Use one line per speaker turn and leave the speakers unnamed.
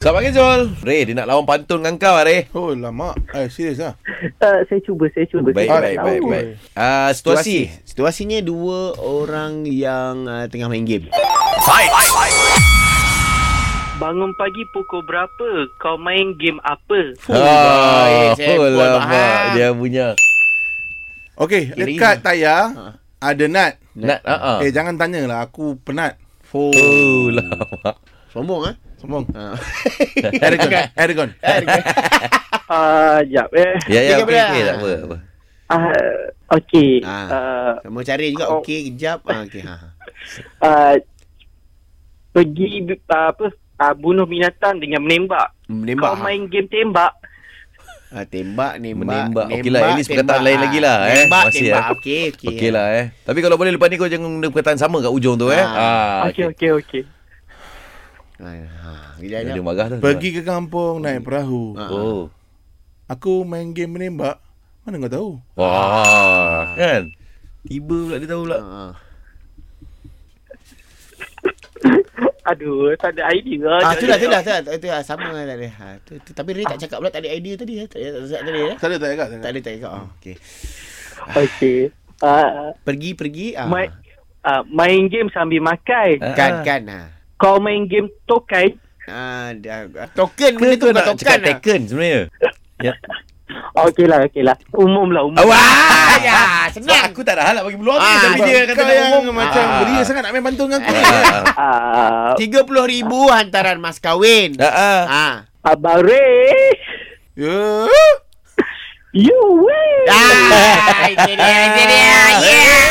Selamat pagi Zul Ray dia nak lawan pantun dengan kau Ray
Oh lama Eh serius lah
Uh, saya cuba, saya cuba. saya
Baik baik
tak
baik
tahu.
baik Ah, Situasi
Situasi Situasinya dua orang yang uh, tengah main game
Bangun pagi pukul berapa? Kau main game apa?
Ah,
baik, saya
oh,
buat
lama
faham.
dia punya
Okay
Kiri.
Dekat tayar
Ha.
Ada Nat
Nak ah ah.
Eh jangan tanya lah Aku penat
Fuh.
Oh lama
Sombong ah.
Sombong Eh,
Ha.
Aragon Aragon
Ah, uh, jap eh.
Ya ya
Tiga
okey
belas.
okey tak apa apa.
Ah, okey.
Ah.
Ah,
Sama cari juga
Oh.
okey kejap. Ha okey ha.
ah, pergi ah, apa? Ah, bunuh binatang dengan menembak.
Menembak.
Kau main game tembak.
Ha, Ah, tembak, nembak,
Menembak. Okey lah, at least perkataan
tembak,
lain lagi lah, eh.
Nembak,
Masih,
tembak.
eh.
Okey, okey.
Okey lah eh. Tapi kalau boleh lepas ni kau jangan guna perkataan sama kat ujung tu eh.
ya. Ah.
Ah
Okey okey okey.
Ha, ha.
Dia
Bila
dia marah dah.
Pergi ke kampung Naik perahu
Ha.
Oh.
Aku main game menembak Mana kau tahu
Wah, kan. Tiba pula dia tahu pula.
Ha.
Aduh, tak ada idea.
Ah,
Jap,
tu lah,
jap,
tu lah,
jap.
tu lah. Tu lah, sama lah tadi. Ha, tu, tu. Tapi Ray tak cakap pula, tak ada idea tadi. eh. Tak ada, tak ada, tadi, eh.
Tak ada tak ada
Tak ada, tak ada. Oh, okey.
Okey. Ah,
Pergi, pergi. Ha.
main ah, main game sambil makan.
Ah,
Kan,
ah.
kan. Ha.
Kau main game tokai.
Ah, dah, token benda tu
Kau
bukan
nak
token
cakap
lah.
Tekken sebenarnya.
Okeylah, okeylah. Umum lah, umum.
Wah, ya,
Sebab
senang.
aku tak ada hal nak bagi peluang
Ah,
ah, tapi
Sebab
dia kata
kau yang
ngomong.
macam
Ah.
beria sangat nak main pantun dengan aku
Ah.
Ah,
RM30,000 hantaran mas kahwin.
Ah, ah.
Ah.
Abang Ray.
Ya
You win.
Ah, itu dia, itu dia. Yeah.